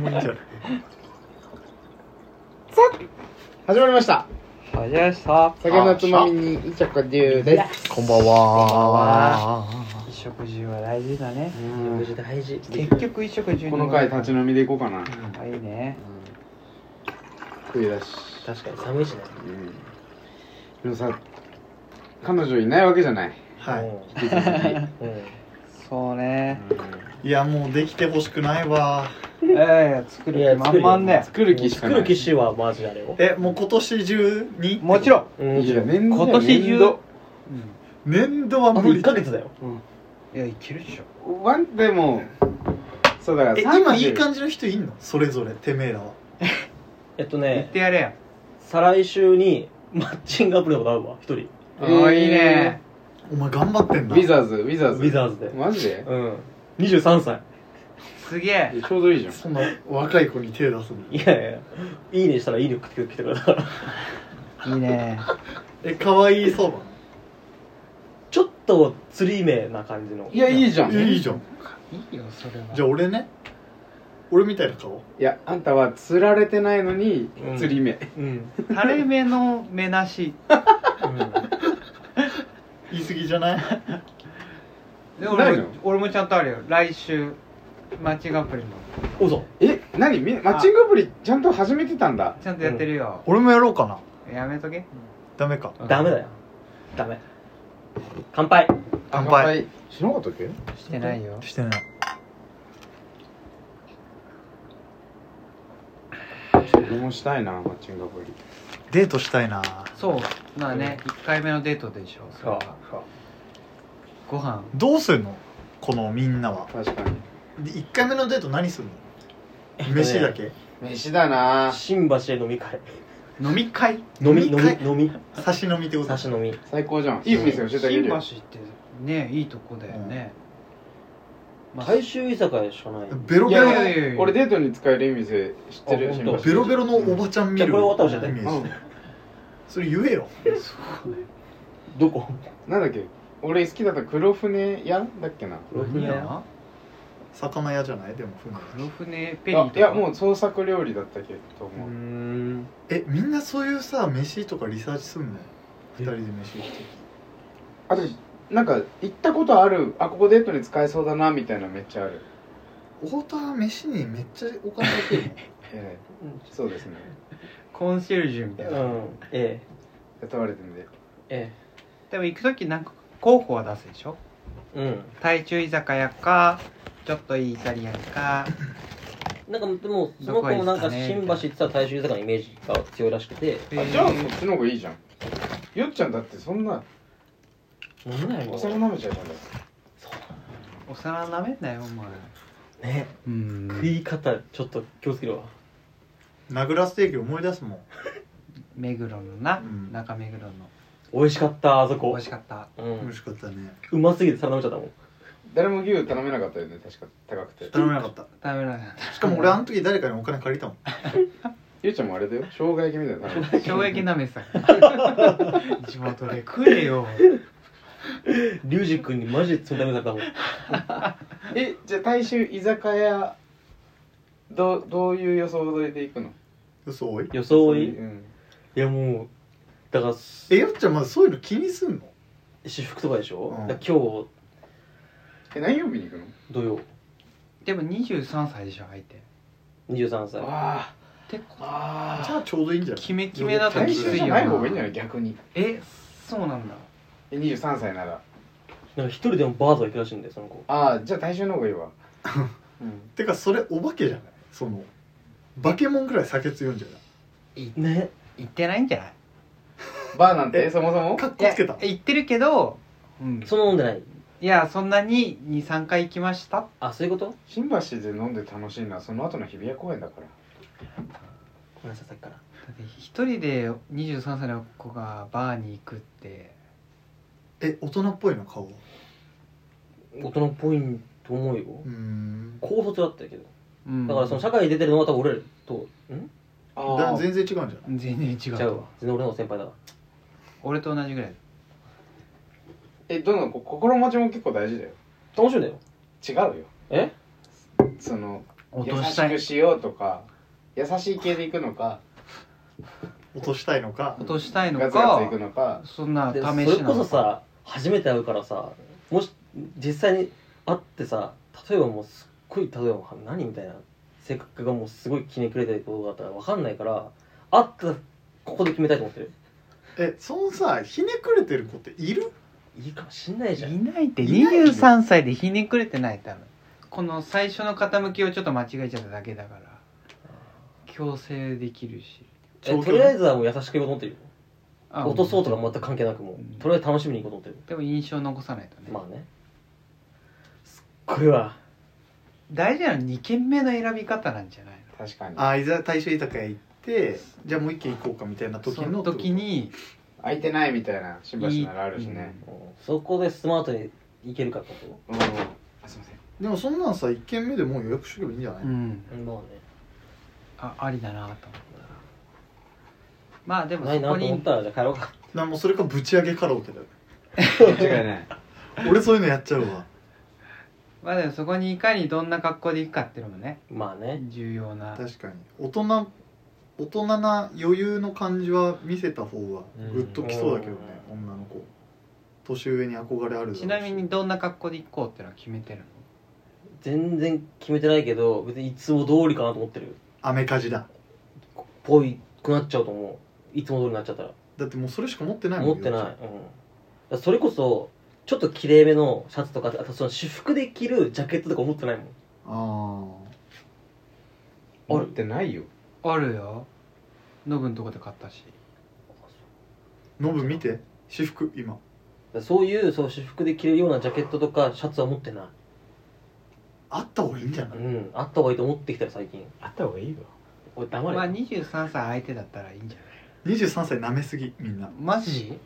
もういいんじゃない始まりましたはじめさ酒のつまみにいちゃこりゅうですこんばんは衣食住は大事だねうん大事結局衣食住にこの回立ち飲みでいこうかなあいいね冬だし確かに寒いしねうんでもさ彼女いないわけじゃないはい引き続きそうねいやもうできてほしくないわええ作る気満々ね作る気しかない作る気しはマジあれよ。えもう今年中にもちろんういや年度今年中年度年度はあと無理1ヶ月だよ。いやいけるでしょワンでもそうだからえ今いい30感じの人いんのそれぞれてめえらはえっと言っね、てやれや再来週にマッチングアプリのことあるわ、一人。えーあいいねお前頑張ってんウなィザーズウィザーウズィザーズで。マジでうん。23歳。すげえちょうどいいじゃんそんな若い子に手出すのいやいや、いいねしたらいいね送ってきてくれたから。いいねえ可愛いそうばちょっと釣り目な感じの。いやいいじゃんえいいいじゃんいいよそれはじゃあ俺ね俺みたいな顔やあんたは釣られてないのにうん釣り目うん。垂れ目の目なし言い過ぎじゃないでない俺もの俺もちゃんとあるよ来週マッチングアプリもおぞ。え何みマッチングアプリちゃんと始めてたんだちゃんとやってるよ、俺もやろうかなやめとけダメかダメだよ。ダメ。乾杯。乾杯しなかったっけしてないよしてない俺もしたいなマッチングアプリデートしたいなそうまあね、一1回目のデートでしょそれはご飯どうすんのこのみんなは確かにで1回目のデート何すんえっのとね飯だけ飯だな新橋へ飲み会。飲み会飲飲み、飲みみ会、飲み。差し飲みってこと差し飲み。最高じゃんいい店教えてあげ新る橋よってねいいとこだよね、まあ大衆居酒屋しかない。ベロいベやロいのやいやいや俺デートに使える店知ってるあ新本橋当ベロベロのおばちゃん見るじゃあこれ終わったらイ教えてうメージんそれ言えよどこなんだっけ俺好きだった黒船屋だっけな黒何船屋や魚屋じゃないでも黒船船ペリーあとかいやもう創作料理だったけとうー。思うんえみんなそういうさ飯とかリサーチすんのえ二人で飯行ってあとなんか行ったことあるあここデートに使えそうだなみたいなめっちゃある太田は飯にめっちゃお金かけるのええそうですねコンシェルジュみたいうな、ん。ええ。雇われてんでえでも行く時なんか候補は出すでしょえ。うん。大衆居酒屋かちょっといいイタリアンかなんかでもそどこの子がいいっもすなかねんか新橋って言ったら大衆居酒屋のイメージが強いらしくてえあーじゃあそっちの方がいいじゃんよっちゃんだってそんな飲めないもおん酒舐めちゃうじゃんだってお皿舐めんなよお前ねうん食い方ちょっと気をつけるわ名倉ステーキ思い出すもん目黒のな、うん中目黒の美味しかったあそ美こ味しかったう美ん味しかったねうますぎて皿飲めちゃったもん誰も牛頼めなかったよね確か高くて頼めなかった食べなかっしかも俺あの時誰かにお金借りたもんゆうちゃんもあれだよ生姜焼きみたいなの頼むた 衝撃なめ さ地元で食えよリュウジ君にマジで冷たくなったもんえじゃあ大衆居酒屋どうどういう予想で行くの嘘多い装いうんいやもうだからえよっちゃんまだそういうの気にすんの私服とかでしょ、うんだから今日え何曜日に行くの土曜でも23歳でしょ相手23歳あてああじゃあちょうどいいんじゃないキメキメだと大き衆つじいゃよない方がいいんじゃない逆にえそうなんだえ23歳ならなんか一人でもバーとか行くらしいんでその子ああじゃあ大衆の方がいいわうんてかそれお化けじゃないその化け物ぐらい酒強いんじゃないね行ってないんじゃないバーなんてそもそもかっこつけたいや行ってるけど、うん、その飲んでないいやそんなに23回行きましたあそういうこと新橋で飲んで楽しいのはその後の日比谷公園だからごめんなさいさっきからだって一人で23歳の子がバーに行くってえ大人っぽいの顔大人っぽいと思うようーん高卒だったけどうんだからその社会に出てるのは多分俺とんだ全然違うんじゃない全然違違ううわ全然俺の方が先輩だわ俺と同じぐらいえどんどんこ心持ちも結構大事だよ楽しいんだよ違うよえその落優とししたいくしようとか優しい系でいくのか落としたいのか落としたいのガツガツかいくのかそんな試でしそなのれかこそさ初めて会うからさもし実際に会ってさ例えばもうすっごい例えば何みたいな性格がもうすごいひねくれてることだったら分かんないから会ったらここで決めたいと思ってるえそのさひねくれてる子っているいいかもしんないじゃんいないっていないよ23歳でひねくれてない多分この最初の傾きをちょっと間違えちゃっただけだから強制できるしえとりあえずはもう優しく言おうと思ってるよあ落とそうとか全く関係なくもう、うんとりあえず楽しみに行こうと思ってでも印象残さないとね、るまあねすっごいわ大事なの2軒目の選び方なんじゃないの確かにあいざ大衆居酒屋行ってじゃあもう一軒行こうかみたいな時そのの時に空いてないみたいなしばしばならあるしねうんそこでスマートに行けるかってこうんあすいませんでもそんなんさ一軒目でもう予約しとけばいいんじゃない、うん、うんとまあねあありだなと思ったまあでもないそなこと思っにたらじゃあ帰ろうかなんもうそれかぶち上げカラオケだよ間違い ない俺そういうのやっちゃうわまあでもそこにいかにどんな格好で行くかっていうのもねまあね重要な確かに大人大人な余裕の感じは見せた方がグッときそうだけどね、女の子年上に憧れあるだろうしちなみにどんな格好で行こうっていうのは決めてるの全然決めてないけど別にいつも通りかなと思ってるアメカジだぽいくなっちゃうと思ういつも通りになっちゃったらだってもうそれしか持ってないもん持ってない、うん、だからそれこそちょっときれいめのシャツとかあとその私服で着るジャケットとか持ってないもんあ持ってないよあるよノブのとこで買ったしあノブ見て私服今だからそういうそう私服で着るようなジャケットとかシャツは持ってないあった方がいいんじゃなういんあった方がいいと思ってきたよ最近あった方がいいよ俺黙れ、まあ23歳相手だったらいいんじゃない23歳なめすぎみんなマジ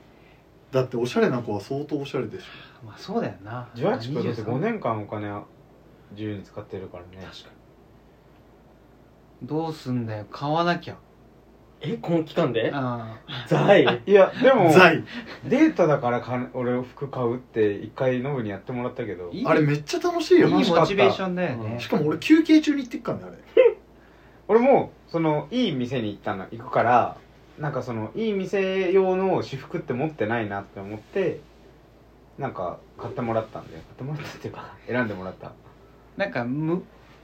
だっておしゃれな子は相当おしゃれでしょまあそうだよな18分だって23 5年間お金を自由に使ってるからね確かどうすんだよ買わなきゃにえこの期間であざいいやでも財デートだからか俺服買うって一回ノブにやってもらったけどいいあれめっちゃ楽しいいいよ楽しかったモチベーションだよね、うんしかも俺休憩中に行ってっからねあれ俺もそのいい店に行ったの行くからなんかそのいい店用の私服って持ってないなって思ってなんか買ってもらったんで買ってもらったっていうか選んでもらったなんかむ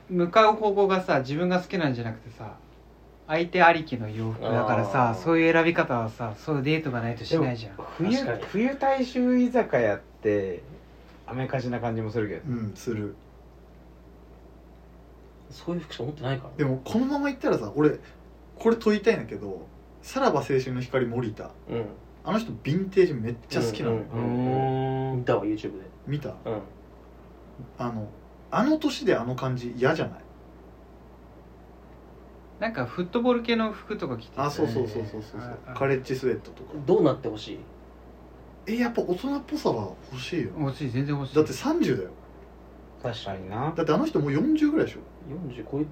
向かう方向がさ自分が好きなんじゃなくてさ相手ありきの洋服だからあさーそういう選び方はさそういうデートがないとしないじゃん冬確かに冬大衆居酒屋ってアメカジな感じもするけどうんするそういう服しか持ってないからねでもこのまま行ったらさ俺これ問いたいんだけどさらば青春の光森田うんあの人ヴィンテージめっちゃ好きなの、うんうん見たわ YouTube で見たうんあのあの年であの感じ嫌じゃないなんかフットボール系の服とか着てたよあねそうそうそうそうそうそうああカレッジスウェットとかどうなってほしいえやっぱ大人っぽさは欲しいよ欲しい全然欲しいだって30だよ確かになだってあの人もう40ぐらいでしょ40超え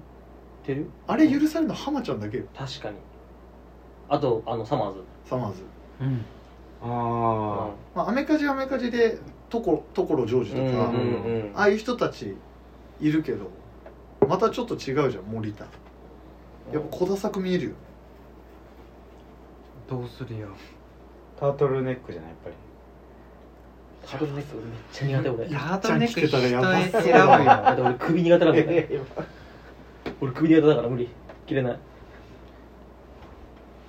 てるあれ許されるの浜ちゃんだけよ確かにあとあのサマーズサマーズうんあまあアメカジはアメカジで所所ジョージとうんか、うんうんうんああいう人たちいるけどまたちょっと違うじゃん森田やっぱ小田作見えるよどうするよータートルネックじゃないやっぱりタートルネックめっちゃ苦手俺タやートルネックちゃん着てたらやば人そう選ぶよ だって俺首苦手なんだから俺首苦手だから無理着れない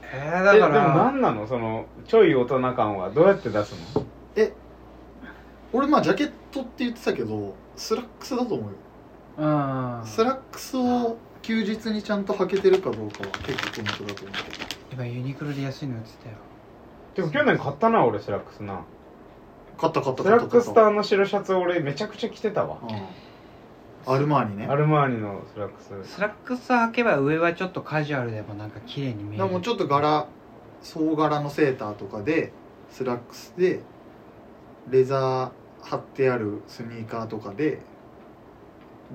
えー、えだでかもら何なのそのちょい大人感はどうやって出すの俺まあジャケットって言ってたけどスラックスだと思うようんスラックスを休日にちゃんと履けてるかどうかは結構ポイントだと思うけど今ユニクロで安いの売ってたよでも去年買ったな俺スラックスな買った買ったス買っラたッ買クっスたターの白シャツ俺めちゃくちゃ着てたわうんアルマーニねアルマーニのスラックススラックス履けば上はちょっとカジュアルでもなんか綺麗に見えでるもうちょっと柄総柄のセーターとかでスラックスでレザー貼ってあるスニーカーとかで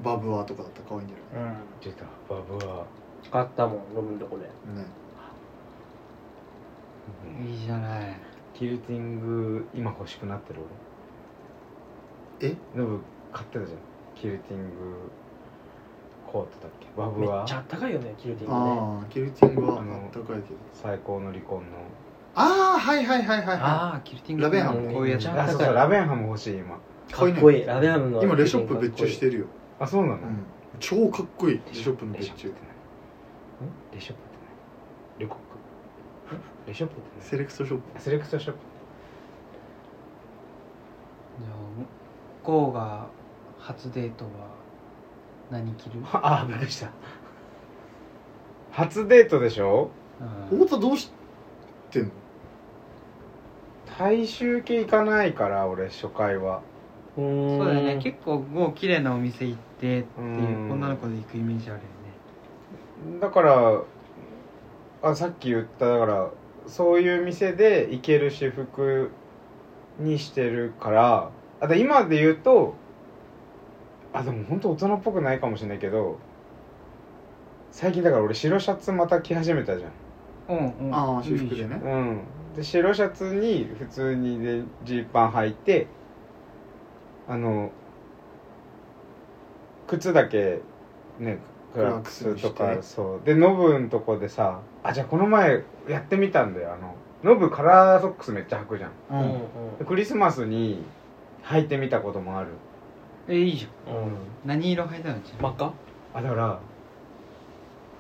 バブアーとかだったら可愛いんじゃうん出たバブは、買ったもんロムのとこでないねいいじゃない キルティング今欲しくなってる俺えでも買ってたじゃんキルティングコートだっけバブめっはちゃあったかいよねキルティングねああキルティングはあったかいけど最高の離婚のああはいはいはいはいはああキルティングラベンハムこういうやつあそうそうラベンハム欲しい今かっこいいねかっこいいラベハムのい今レショップ別注してるよ、あそうなの、うん、超かっこいいレショップのレシ別ョップっ注て何レショップって何レコックレショップって何セレクトショップセレクトショップじゃあゴーが初デートは何着る、 ああびっくりした初デートでしょうん太田どうしてんの大衆系行かないから俺初回はうーんそうだよね結構ゴー綺麗なお店行ってってういんう女の子で行くイメージあるよねだからあさっき言っただからそういう店で行ける私服にしてるからあと今で言うとあでも本当大人っぽくないかもしれないけど最近だから俺白シャツまた着始めたじゃんうんうんああ私服いでいじゃんねうん、で白シャツに普通にでジーパン履いてあの靴だけねクラックスとクラッかクスにしてそうでノブんとこでさあじゃあこの前やってみたんだよあのノブカラーソックスめっちゃ履くじゃんううんうんんでクリスマスに履いてみたこともある、えいいじゃんうん何色履いたのち真っ赤あだから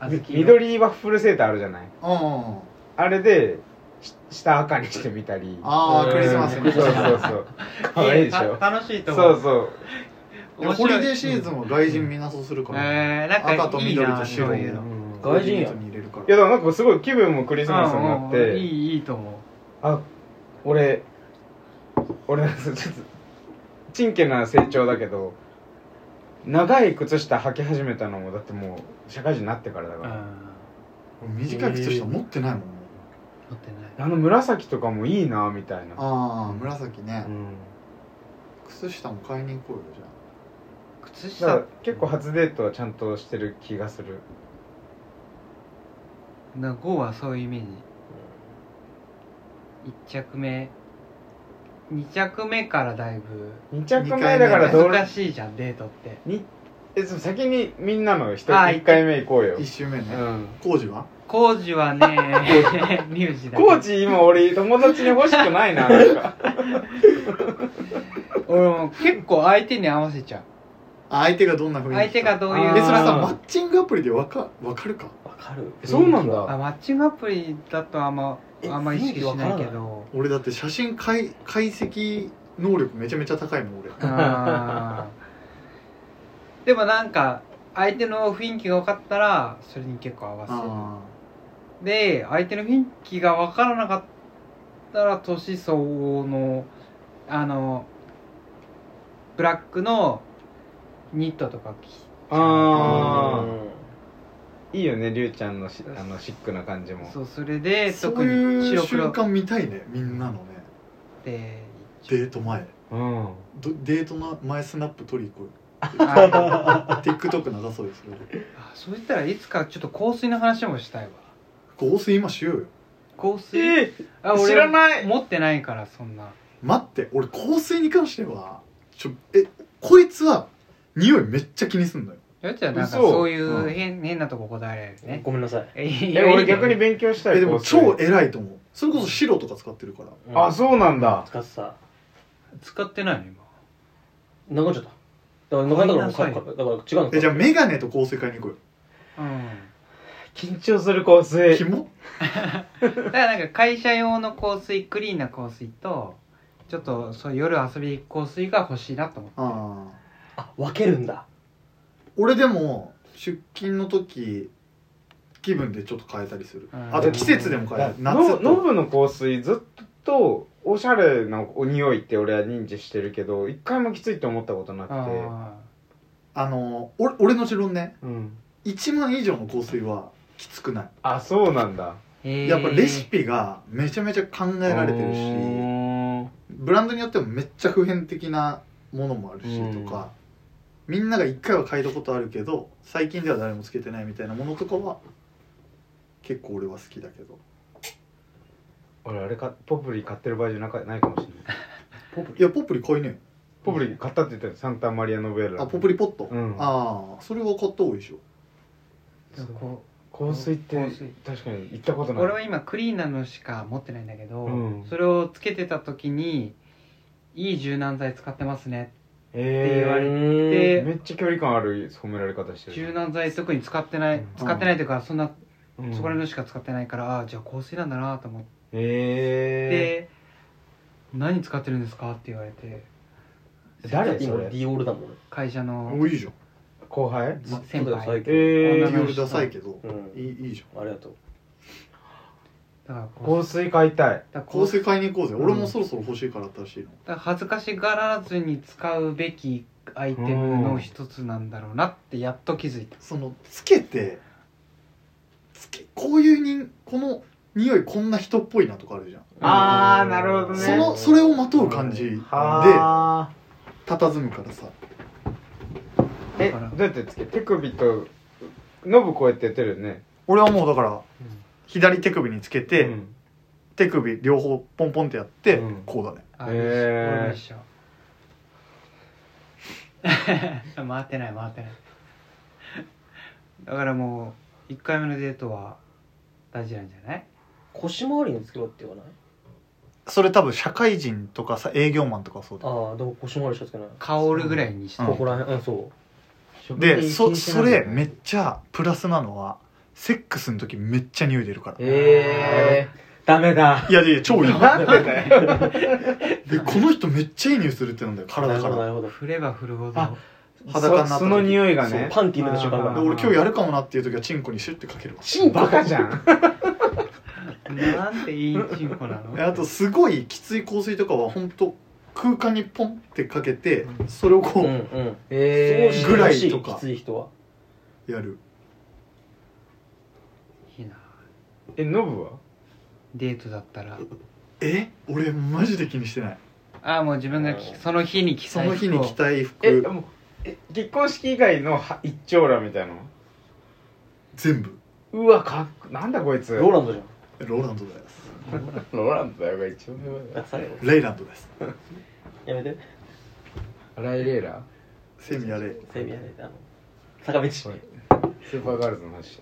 あみずき色緑ワッフルセーターあるじゃないああれでし下赤にしてみたりあークリスマスにそうそうそう かわいいでしょた楽しいとそ思ううそうあホリデーシーズンは外人みんなそうするから、えー、なんかいいな赤と緑と白そういうのいコ外人やーディネートに入れるからやでもなんかすごい気分もクリスマスになっうんうんいていいいと思うあ俺俺 なんかちょっとちんけな成長だけど長い靴下履き始めたのもだってもう社会人になってからだうかんら、短い靴下持ってないもん、持ってないあの紫とかもいいなみたいな、ああ紫ね、うん、靴下も買いに行こうよじゃ靴だから下結構初デートはちゃんとしてる気がするなゴーはそういうイメージ1着目2着目からだいぶ2着目だからどれ難しいじゃんデートってえそう先にみんなの人あー1回目行こうよあ1周目ね、うん工事はコージはねミュージだコーチ今俺友達に欲しくないな なんか俺も結構相手に合わせちゃあ相手がどんなう雰囲気相手がどういうあえそれはさうんマッチングアプリでわかわかるかわかるそうなんだあマッチングアプリだとあんまえあんま意識しないけ雰囲気わからど俺だって写真解解析能力めちゃめちゃ高いもん俺あーでもなんか相手の雰囲気が分かったらそれに結構合わあせるで相手の雰囲気が分からなかったら年相応のあのブラックのニットとか着あうんーいいよねりゅうちゃんのしあのシックな感じもそうそれであそ特うにいう白黒瞬っ間見たいねみんなのねてデート前うんどデートの前スナップ撮り行こうあ TikTok 流そうよそれであそう言ったらいつかちょっと香水の話もしたいわ香水今しようよ香水、えあ俺知らない持ってないからそんな待って俺香水に関してはちょえこいつは匂いめっちゃ気にすんのよよっちゃんなんか嘘そういううん変,、変なとここだわれるねごめんなさいえいえやい俺いよ逆に勉強したいえでも香水超偉いと思うそれこそ白とか使ってるからあそうなんだ使ってた使ってないの今なくなっちゃっただからなかなかもうかごめんなさいかだから違うのかえじゃあメガネと香水買いに行こうようん緊張する香キ水モだからなんか会社用の香水クリーンな香水とちょっとそう夜遊び香水が欲しいなと思ってあああ分けるんだ俺でも出勤の時気分でちょっと変えたりする、うんあと季節でも変える夏ノとノブの香水ずっとおしゃれなお匂いって俺は認知してるけど一回もきついって思ったことなくてああの俺俺の持論ねうん1万以上の香水はきつくない、あそうなんだーやっぱレシピがめちゃめちゃ考えられてるし、うーんブランドによってもめっちゃ普遍的なものもあるしうんとか、みんなが1回は嗅いだことあるけど最近では誰もつけてないみたいなものとかは結構俺は好きだけど俺あれかポプリ買ってる場合じゃなかないかもしれないいやポプリ買いねえよポポプリ買ったって言ったよサンタマリアノベーラあポプリポット、うんああそれは買った方がいいでしょでもこ香水って香水確かに行ったことうない俺は今クリーンなのしか持ってないんだけど、うんそれをつけてた時にいい柔軟剤使ってますねえ言われてれめっちゃ距離感ある褒められ方してる柔軟剤特に使ってない、うん使ってないというかそんな、うんそこら辺のしか使ってないからああじゃあ香水なんだなと思って、え何使ってるんですかって言われてー、誰てそ今デれィオールだもん会社のもういいじゃん後輩ずっ先とだよ輩最え近、デー、女ィのオールダサいけど、うんいいいいじありがとうだからこう香水買いたいだゃんから香香水水買いに行こうぜ、うん俺もそろそろ欲しいから新しいのだから恥ずかしがらずに使うべきアイテムの一つなんだろうなってやっと気づいたそのつけてつけこういうにこの匂いこんな人っぽいなとかあるじゃん、あーなるほどねそのそれをまとう感じでは佇むからさーえだどからうやってつけ手首とノブこうやってやってるよね俺はもうだから左手首につけて、うん手首両方ポンポンってやって、うんこうだねあへーよし俺も一緒 回ってない回ってないだからもう1回目のデートは大事なんじゃない腰回りにつけろって言わないそれ多分社会人とかさ営業マンとかそうだよああでも腰回りしかつけない香るぐらいにして、うんここら辺うんそうでそそれめっちちゃプラスなのはセックスの時めっちゃ匂い出るからええー、ダメだいやいや超いいゃなんでだよでこの人めっちゃいい匂いするってなんだよな体るかほどならるほど振れば振るあほど裸になった時そその匂いがねパンティー脱ぐ瞬間でが俺今日やるかもなっていう時はチンコにシュッてかけるわチンバカじゃんなんていいチンコなのであとすごいきつい香水とかは本当空間にポンってかけてうんそれをこうんううんえーぐらいぐらいとかきつい人はやるいいなえノブはデートだったらえ俺マジで気にしてないああもう自分がきその日に着そたいの日服にを着たい服えもうえ結婚式以外のは一丁羅みたいなの全部うわかっこなんだこいつローランドじゃローランドですローランドだよこれ一応ん最後レイランドですやめてライレーラセミアレイセミやめてあの坂道これスーパーガールズの話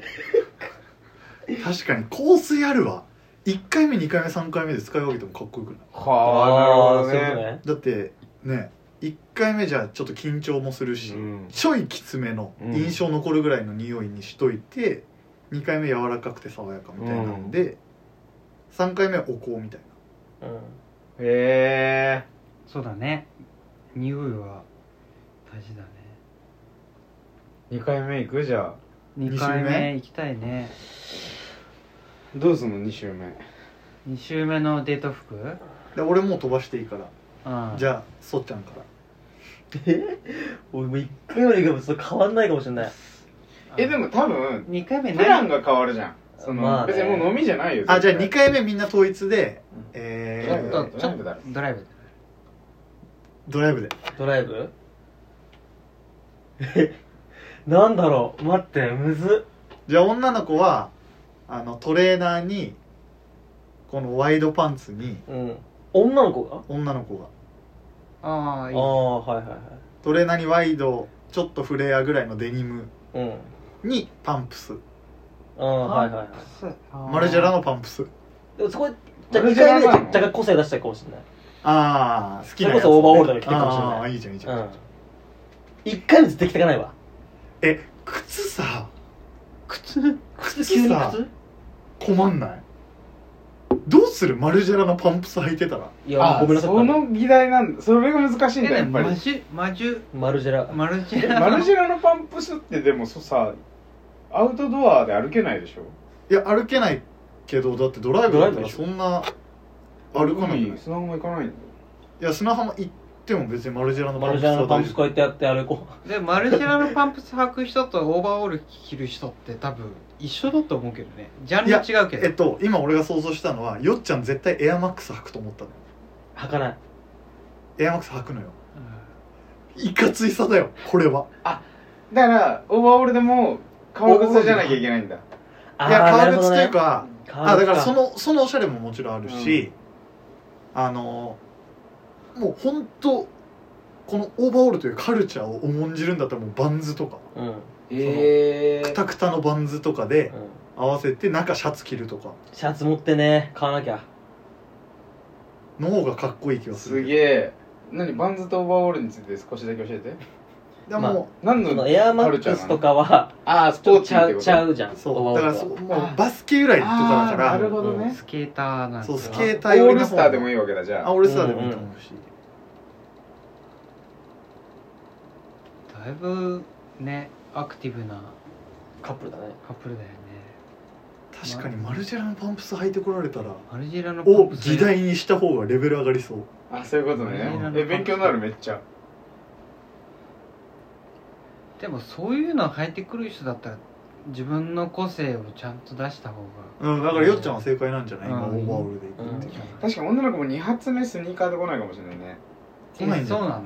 確かに香水あるわ1回目2回目3回目で使い分けてもかっこよくないはあーなそうるいほうどこねだってね1回目じゃちょっと緊張もするし、うんちょいきつめのうん印象残るぐらいの匂いにしといて、2回目柔らかくて爽やかみたいなんで、3回目はお香みたいとねへえそうだね匂いは大事だね2回目行くじゃあ2二回周目目行きたいねどうすんの2週目2週目のデート服うんなで俺もう飛ばしていいから、じゃゃあそっちゃんからうん俺も一回よりがちょっと変わんないかもしれないえでも多分2回目プラン何が変わるじゃんその、まあね別にもう飲みじゃないよあじゃあ2絶回目みんな統一で、うんえ対ードライブちょっとだろドライブドライブでドライブえなんだろう待ってむずっじゃあ女の子はあのトレーナーにこのワイドパンツにうん女の子が女の子がああいあいあはいはいはトレーナーにワイドちょっとフレアぐらいのデニムいうんにパンプスああはいはいはいマルジェラののパンプスでもそこじゃあマ2ルジェラ回目でなの若干個性出したいかもしれないああ好きなそれこそオーバーオールだけ着てるかもしれないああいいじゃんいいじゃん、うん一回目ずっと着てかないわえ靴さ靴靴急急にに靴靴困んないどうするマルジェラのパンプス履いてたらいやあごめんなさいその議題なんだそれが難しいんえだでやっもぱりマジマジュマルジェラマルジえェラマルジェェラのパンプスってでもそさアウトドアで歩けないでしょいや歩けないけどだってドライブだったらそんな歩かないじゃない海砂浜行かないんだよいや砂浜行っても別にマルジェラのパマンルプスジェラはのパン大プス丈こう夫やってやって歩こでマルジェラのパンプス履く人とオーバーオール着る人って多分一緒だと思うけどねジャンル違うけえっどと今俺が想像したのはよっちゃん絶対エアマックス履くと思ったのう履かないエアマックス履くのよいかついさだよこれはだからオーバーオールでも革靴じゃなきゃいけないんだいやあーな革るほ靴どとねいうか、革靴あだからそのそのおしゃれももちろんあるし、あのもう本当このオーバーオールというカルチャーを重んじるんだったらもうバンズとかうん、うん、えくたくたのバンズとかで合わせて中シャツ着るとかシャツ持ってね買わなきゃの方がかっこいい気ー、がすするげえ何バンズとオーバーオールについて少しだけ教えてでも何そののエアマカッルチャクーなスのとかはああスちポょっーとツちゃうちゃうじゃんそうだからそオーバーオールもうバスケ由来とかだあーなるかほどね、スケーターなんらだそうスケーターオ寄ーりのルスターでもいいいわけだじゃああオールスターでもいいと思うしだいぶねアクティブなカップルだねカップルだよね確かにマルジェラのパンプス履いてこられたらマルジェラのをプ議題にした方がレベル上がりそうあそういうことねえ勉強になるめっちゃでもそういうの入ってくる人だったら自分の個性をちゃんと出した方がうんだからよっちゃんは正解なんじゃないうん今オーバーオールでいくうんって確かに女の子も2発目スニーカーで来ないかもしれないね来ないえんだそうよなの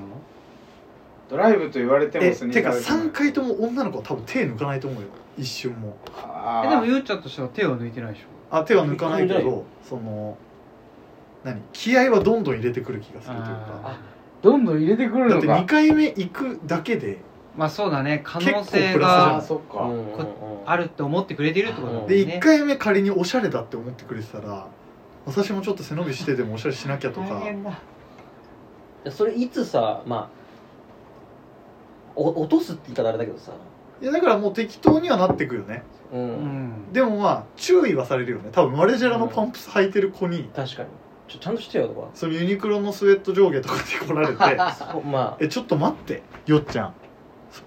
ドライブと言われてもえスニてーカかーで来ない3回とも女の子は多分手抜かないと思うよ一瞬もあえーでもゆうちゃんとしては手を抜いてないでしょあ手は抜かないけ抜かなどその何気合はどんどん入れてくる気がするというかあどんどん入れてくるだっのてか2回目行くだけでーまあそうだね可能結構性プあラあスがそっか、うんうんうんあるって思ってくれているってことだもんねで1回目仮におしゃれだって思ってくれてたら私もちょっと背伸びしてでもおしゃれしなきゃとか大変だそれいつさまあお落とすって言い方あれだけどさいやだからもう適当にはなってくよねう、うんんでもまあ注意はされるよね多分マレジェラのパンプス履いてる子に確かにちょちゃんとしてよとかそのユニクロのスウェット上下とかで来られて そうまあえちょっと待ってよっちゃんそ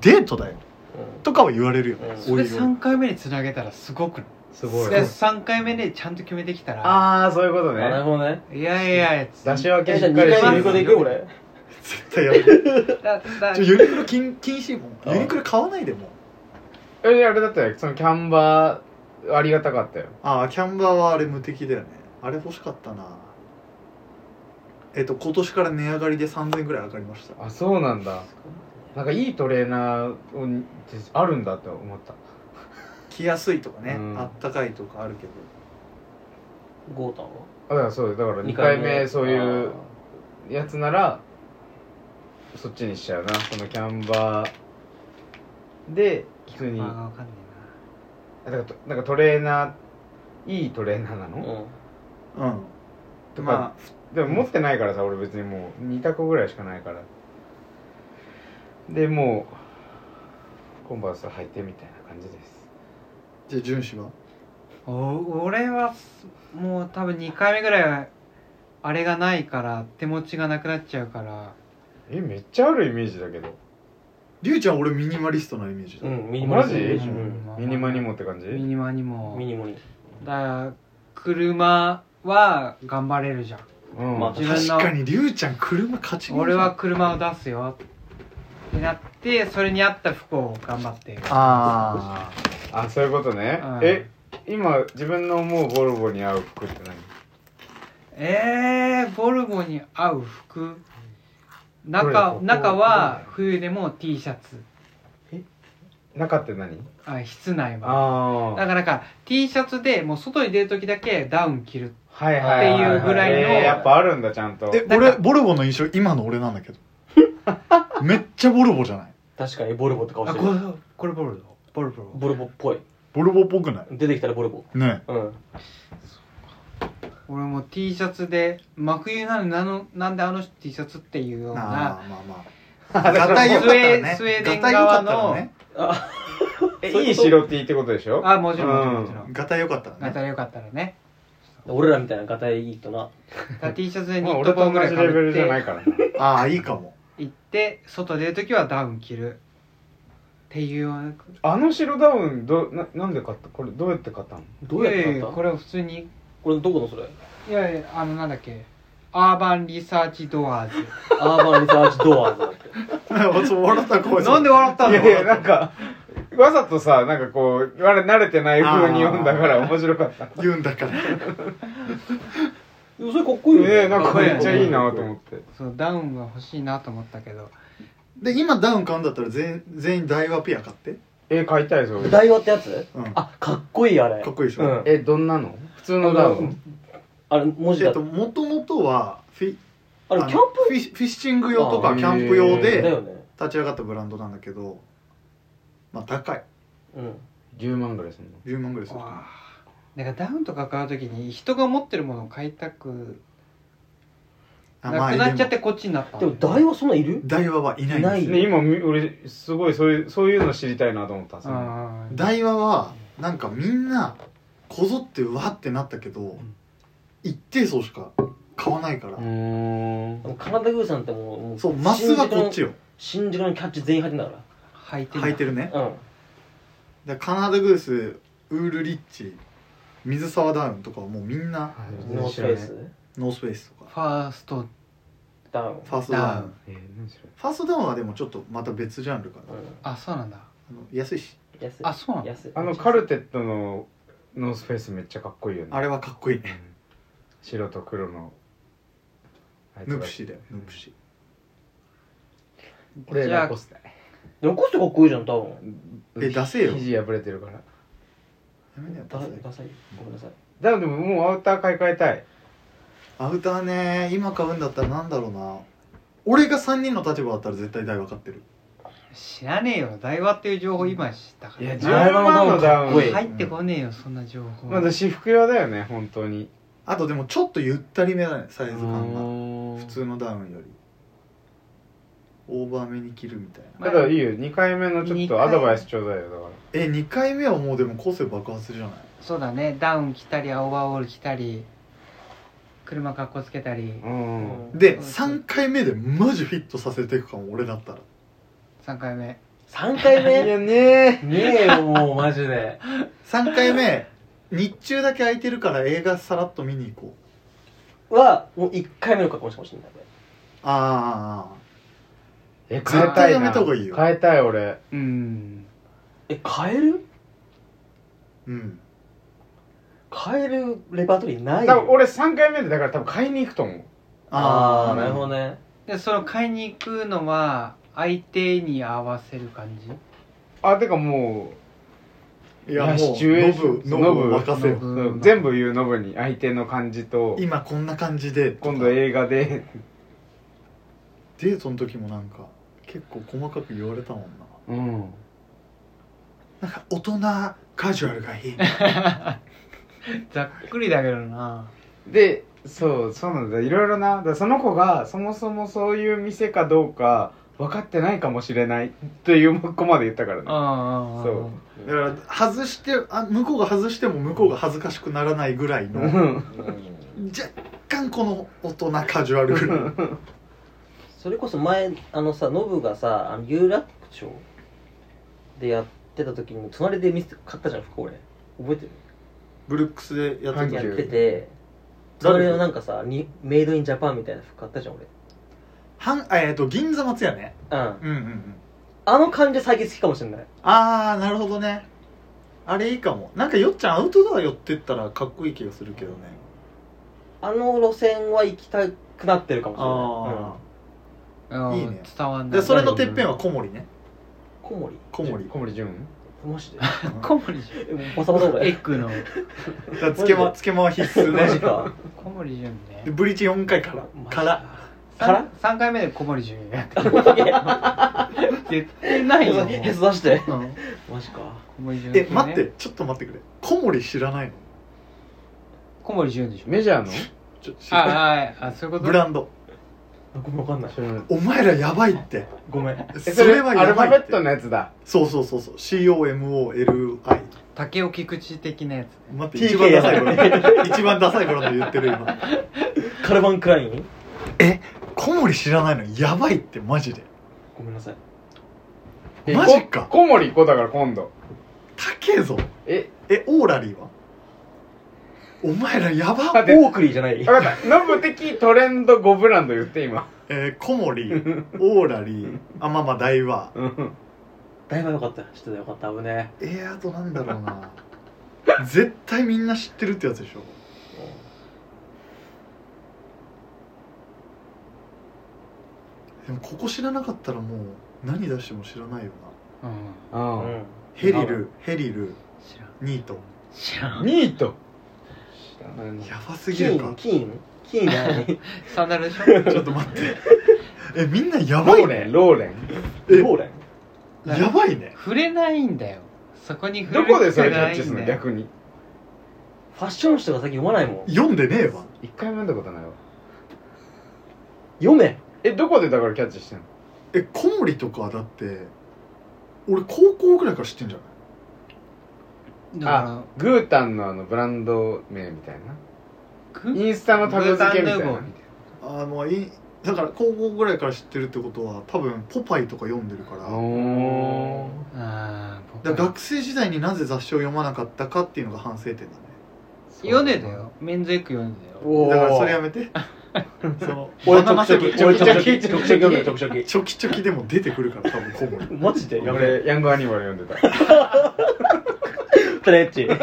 デートだようんとかは言われるよねうんおそいおれい3回目につなげたらすごくすごいで3回目でちゃんと決めてきたらああそういうことあなるねほどねいやいやいやつ出し分えけじしゃあっ2かりし回ユニクロで行くよ俺絶対やるだだちょユニクロ禁禁止もあんユニクロ買わないでもえであれだったよそのキャンバーありがたかったよああキャンバーはあれ無敵だよねあれ欲しかったなえっと今年から値上がりで3000ぐらい上がりましたあそうなんだなんかいいトレーナーをにってあるんだって思った着やすいとかね、うんあったかいとかあるけどゴータンはあだからそうだから2回目そういうやつならそっちにしちゃうなそのキャンバーで普通にまああわかんねだからとなんかトレーナーいいトレーナーなあーの、うんうんとか、までも持ってないからさ俺別にもう2択ぐらいしかないからでもうコンバース履いてみたいな感じですあじゃあ純子はえなお俺はもう多分2回目ぐらいはあれがないから手持ちがなくなっちゃうからえめっちゃあるイメージだけどりゅうちゃん俺ミニマリストなイメージだ、うん、ミニマリストマジえう自んミニマにもって感じミニマにもミニモニだから車は頑張れるじゃんうん、まあ自分確のかにりゅうちゃん車勝ち俺は車を出すよってなってそれに合った服を頑張ってああそういうことね、うんえ今自分の思うボルボに合う服って何えー、ボルボに合う服どれだ中ろう中どれはだろう冬でも T シャツ中って何あ室内はあだからなんか T シャツでもう外に出る時だけダウン着るはいはいははっていうぐらいのえーやっぱあるんだちゃんとあえ俺ボルボの印象今の俺な んだけどめっちゃボルボじゃない確かにボルボって顔あしてこれるこれボルボボルボボルボっぽいボルボっぽくない出てきたらボルボねうん俺も T シャツで真冬なのになのなんであの人 T シャツっていうようなああまあまあガタイ良かったらねスウェーデンガタイ良か側ったらのねあえそういいうことい白 T ってことでしょあもちろんもちろんもちろんガタイ良かったらガねタイよかったらね俺らみたいなガタイいいとだなから T シャツでニまあ ッ俺トと帽同ぐらいじかレベぶルっじゃなていからああいいかも行って外出る時はダウン着るっていうようなあの白ダウンどななんで買ったこれどうやって買ったのどうやっていい買ったこれは普通にこれどこのそれいやいやあのなんだっけアーバンリサーチドアーズアーバンリサーチドアーズだっけ私笑った声なんで笑ったいやのいやなんかわざとさなんかこう我々慣れてない風に読んだから面白かった言うんだからでもそれかっこいいよねえなんかめっちゃいいかなっこと思ってそうダウンが欲しいなと思ったけどで今ダウン買うんだったら全全員ダイワペア買ってえ買いたいそれダイワってやつうんあかっこいいあれかっこいいでしょうんえどんなの普通のダウンあれ文字えだっともともとはフィあれのキャンプフィッフィッシング用とあかーキャンプ用へだでよね立ち上がったブランドなんだけどまあ高いうん10万ぐらいするの10万ぐらいするわあなんかダウンとか買うときに人が持ってるものを買いたくあなまあくなっちゃっでてこっちになったでも台はそんないるもダイワはいないんでですよい今み俺すごいそういうそういうの知りたいなと思ったんですよあーダイワはなんかみんなこぞってうわってなったけど、ん一定層しか買わないから、うーんあのカナダグーさんってもうもそうマスはこっちよよ新宿のキャッチ全員入ってんだか履いて履いてるるねらうんでカナダグースウールリッチ水沢ダウンとかはもうみんなはいノースペースノースペースとかファーストダウンファーストダウンダウンえー何それファーストダウンはでもちょっとまた別ジャンルかな、うあそうなんだあの安いしん安いあそうなんだ安いあのカルテットのノースフェイスめっちゃかっこいいよねあれはかっこいいね白と黒のあいつがヌプシーだよヌプシ俺じゃあラコステロコストかっこいいじゃん多分え出せよ肘破れてるからーやめなよダダサいダサいごめんなさいだでももうアウター買い替えたいアウターね今買うんだったらなんだろうな俺が3人の立場だったら絶対大分かってる知らねえよ台湾っていう情報今知ったからいやな10万のダウン10万のダウンかっこいい入ってこねえよそんな情報まだ私服用だよね本当にあとでもちょっとゆったりめだねサイズ感が普普通のダウンよりオーバーめに着るみたいなただいいよ2回目のちょっとアドバイスちょうだいよだからえ2回目はもうでも個性爆発じゃないそうだねダウン着たりオーバーオール着たり車かっこつけたりうんでうん3回目でマジフィットさせていくかも俺だったら3回目3回い目やねねえよもうマジで3回目日中だけ空いてるから映画さらっと見に行こうはもう1回目の格好かもしれないこれあえ絶変え対たいやなめた方がいいよ変えたい俺うんえ変えあるうん変えるレパートリーな多いよ分俺3回目でだから多分買いに行くと思うああーなるほどねでその買いに行くのは相手に合わせる感じあてかもいやもうシチュエーションノブノブノブ任せよノブう、うん全部言うノブに相手の感じと今こんな感じで今度映画でデートの時もなんか結構細かく言われたもんなうんなんか大人カジュアルがいいざっくりだけどなでそうそうなんだいろいろなだからその子がそもそもそういう店かどうか分かってないかもしれないという子まで言ったからねあそうだから外してあ向こうが外しても向こうが恥ずかしくならないぐらいのう若ん干この大人カジュアルぐらいそれこそ前あのさノブがさあの有楽町でやってた時に隣で見せて買ったじゃん服俺覚えてるブルックスでやって阪た急やってて隣のなんかさにメイドインジャパンみたいな服買ったじゃん俺はんあえっ、と銀座松屋ねうんうんうんうんあの感じ最近好きかもしれないああなるほどねあれいいかもなんかよっちゃんアウトドア寄ってったらかっこいい気がするけどねあの路線は行きたくなってるかもしれない、うんあ、うんいいね伝わんあないでそれのてっぺんは小森ね小森小森小森純マジで小森じえもうボサボサゃんエ俺ッグのだからつけまつけまは必須マジねか小森じゅんねでブリーチ4回からマジからから3回目で小森じゅんやってすげえ絶対ないよへそ出してうんマジか小森じゅんえ待ってちょっと待ってくれ小森知らないの小森じゅんでしょメジャーのちょ知あらないああそういうことブランドごめんわかんない知らないお前らやばいってごめんえそれはアやルフばァいベっッてトのやつだそうそうそうそう COMOLI 竹尾菊池的なやつ待って一 TK 番ダサい頃 の一番ダサい頃の言ってる今カルバンクライン小森知らないのやばいってマジでごめんなさいえマジかこ小森行こうだから今度高えぞええオーラリーはお前らやばあでオークリーじゃない分かったノブ的トレンド5ブランド言って今えー、小森オーラリーあまあまあ大和うんだいぶよかった知ってたよかった危ねえー、あとなんだろうな絶対みんな知ってるってやつでしょでもここ知らなかったらもう何出しても知らないよなうんううんんヘリルヘリル知らんニート知らんニート知らないなやばすぎるか金金キーない。サンダルでしょ ちょっと待 ってえみんなやばいねローレンえローレンやばいね触れないんだよそこに触どれるこでそれ 機キ会ャがッチするのないんだよ逆にファッション誌とか最近読まないもん。読んでねえわ一回も読んだことないわ読め。えどこでだからキャッチしてんのえ小森とかだって俺高校ぐらいから知ってんじゃなだいからグータンのあのブランド名みたいなグインスタのタグ付けみたいグータンヌーボなーみあのいだから高校ぐらいから知ってるってことは多分ポパイとか読んでるからおーあー僕だから学生時代になぜ雑誌を読まなかったかっていうのが反省点だねヨネだよメンズエッグヨネだよおだからそれやめめ てその俺バナナちょきちょき直ちょ射きちょきちょき読め直射きチョキチョキでも出てくるから多分小森マジでやめ俺ヤングアニマル読んでたプレッチ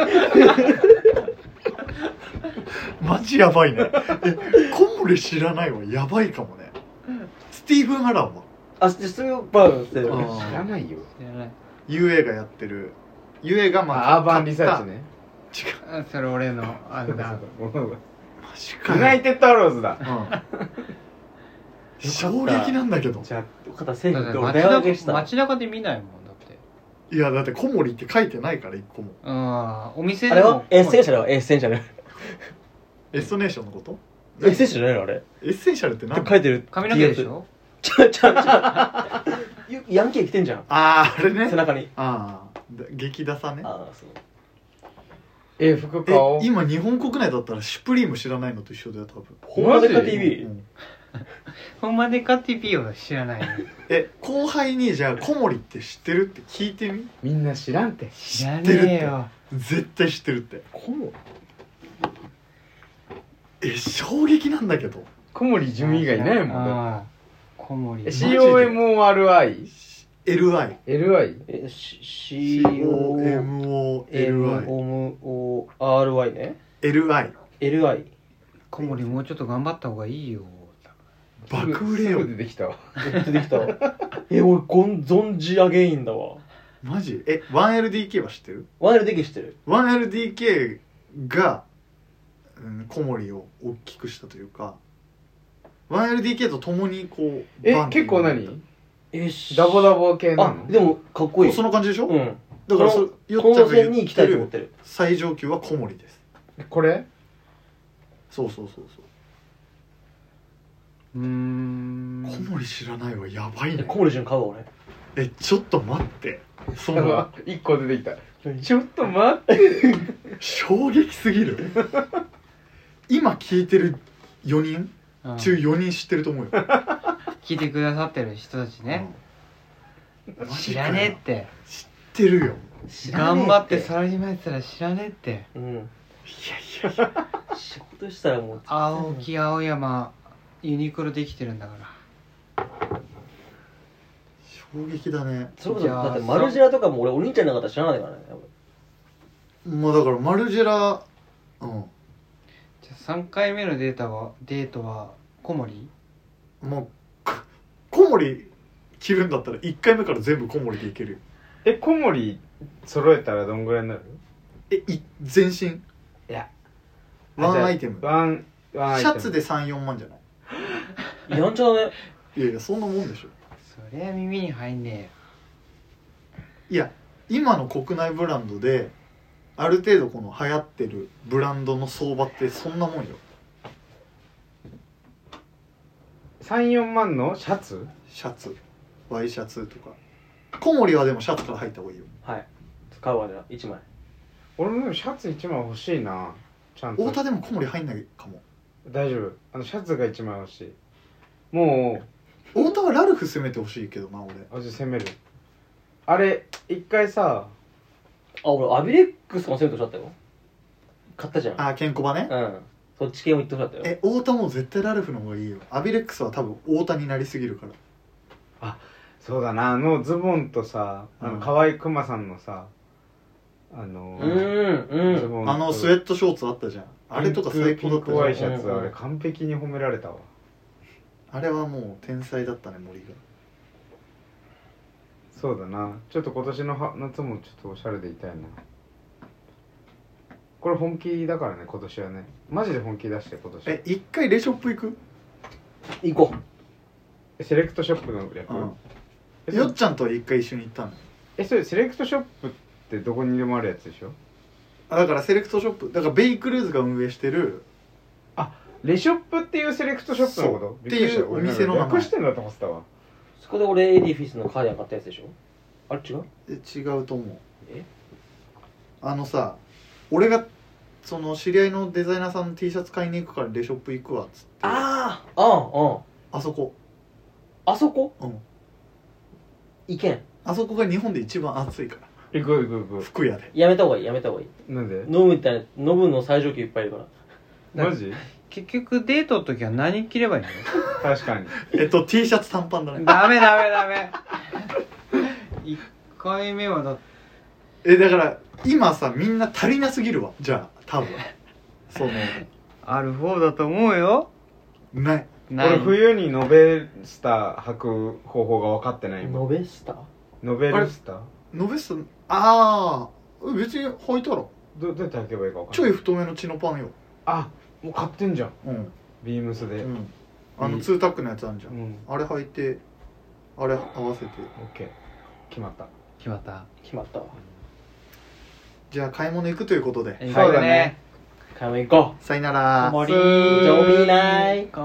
マジやばいねえ小森知らないわやばいかもねスティーブン・ハランはあでそれをバウンしてるうん知らないよ知らない UA がやってる UA がまあアーバンリサーチねチねあそれ俺のあれ だマジユかナイよ、テッドアローズだうん、衝撃なんだけどじゃあ肩セーフって俺街電話かけし中た街中で見ないもんだっていやだって小森って書いてないから一個もうんお店あでれもはエッセンシャルはエッセンシャルエストネーションのことエッセンシャルじゃないのあれっエッセンシャルって何て書いてる髪の毛でしょちゃちゃちゃヤンキー着てんじゃんあああれね背中にああだ激ダサねああそうえ服え買おう今日本国内だったらシュプリーム知らないのと一緒だよ多分ホンマデカう TV んほんまでか TV を知らない のえ後輩にじゃあ小森って知ってるって聞いてみみんな知らんて知らてるってねえよ絶対知ってるってこうえ衝撃なんだけど小森純以外いないもんだっああ小森てえし COMORI?LI? LI LI え C O M COMOLI M O R Y ね LI L I 小森もうちょっと頑張った方がいいよ爆売れすよぐ出てきたわ出てきたえ俺ゴン存じ上げいんだわマジえ 1LDK は知ってる 1L できしてる 1LDK が、うん、小森を大きくしたというか 1LDK と共にこうえバンって結構こ何えしダボダボ系なあのでもかっこいういその感じでしょ、うんだからこそのうよっこちゃんのが言線に行っきたていと思っるてる最上級は小森ですこれそうそうそうそううーん小森知らないはやばいえね小森純買うわ俺えちょっと待ってそあのの一個出てきた何ちょっと待って衝撃すぎる今聞いてる4人うん中4人知ってると思うよ、聞いてくださってる人たちねうん知らねえって知ってるよ頑張ってサラリーマンやってたら知らねえってうんいやいや仕事したらもう青木青山ユニクロできてるんだから衝撃だねそれこそだってマルジェラとかも俺お兄ちゃんなかったら知らないからねまあだからマルジェラうんじゃあ3回目のデータはデートは小森もうこ小森着るんだったら1回目から全部小森でいけるよえ小森揃えたらどんぐらいになるえい全身いやワンアイテムワンワンアイシテムャツで34万じゃないやんちゃだねいやいやそんなもんでしょそりゃ耳に入んねいや今の国内ブランドである程度この流行ってるブランドの相場ってそんなもんよ34万のシャツシャツワイシャツとか小森はでもシャツから入った方がいいよはい買うわじゃあ1枚俺もでもシャツ1枚欲しいなちゃんと太田でも小森入んないかも大丈夫あのシャツが1枚欲しいも太田はラルフ攻めてほしいけどな俺うあじゃあ攻めるあれ一回さあ俺アビレックスとかもセットしちゃったよ買ったじゃんあケンコバねうんそっち系も行ってほしかったよえ太田も絶対ラルフの方がいいよアビレックスは多分太田になりすぎるからそうだなあのズボンとさあうのん河合くまさんのさあのうーんうズんボンとあのスウェットショーツあったじゃんあれとか最高だピっンクワたイじシゃんャツうんうんあれ完璧に褒められたわあれはもう天才だったね森がそうだなちょっと今年のは夏もちょっとおしゃれでいたいなこれ本気だからね今年はねマジで本気出して今年え一回レショップ行く、行こえセレクトショップの略、えそよっちゃんとは一回一緒に行ったのえそれセレクトショップってどこにでもあるやつでしょあだからセレクトショップだからベイクルーズが運営してるレショップっていうセレクトショップのことそうっていうお店の名前隠してんだと思ってたわうそこで俺エディフィスのカーディガン買ったやつでしょあれ違うえ違うと思うえあのさ俺がその知り合いのデザイナーさんの T シャツ買いに行くからレショップ行くわっつってああうんうんあそこあそこうん行けんあそこが日本で一番暑いか行く行くら行服屋でやめた方がいいやめた方がいいくなんで飲むみたいな飲むの最上級いっぱいいるからマジ結局デートの時は何着ればいいの 確かにえっと T シャツ短パンだねダメダメダメ1回目はだってえだから今さみんな足りなすぎるわじゃあ多分そのある方だと思うよないな俺い冬にノベスタ履く方法が分かってない今ノベスタノベルスタノベストああ別に履いたらどどうやって履けばいいか分かんないちょい太めのチノパンよあもう買ってんじゃんうん、ビームスでううんん、あいのいツータックのやつあるじゃん、オッあれ履いてあれ合わせてケー決まった決まった決まったわじゃあ買い物行くということでそうだね買い物行こさよなうらジョビーナイ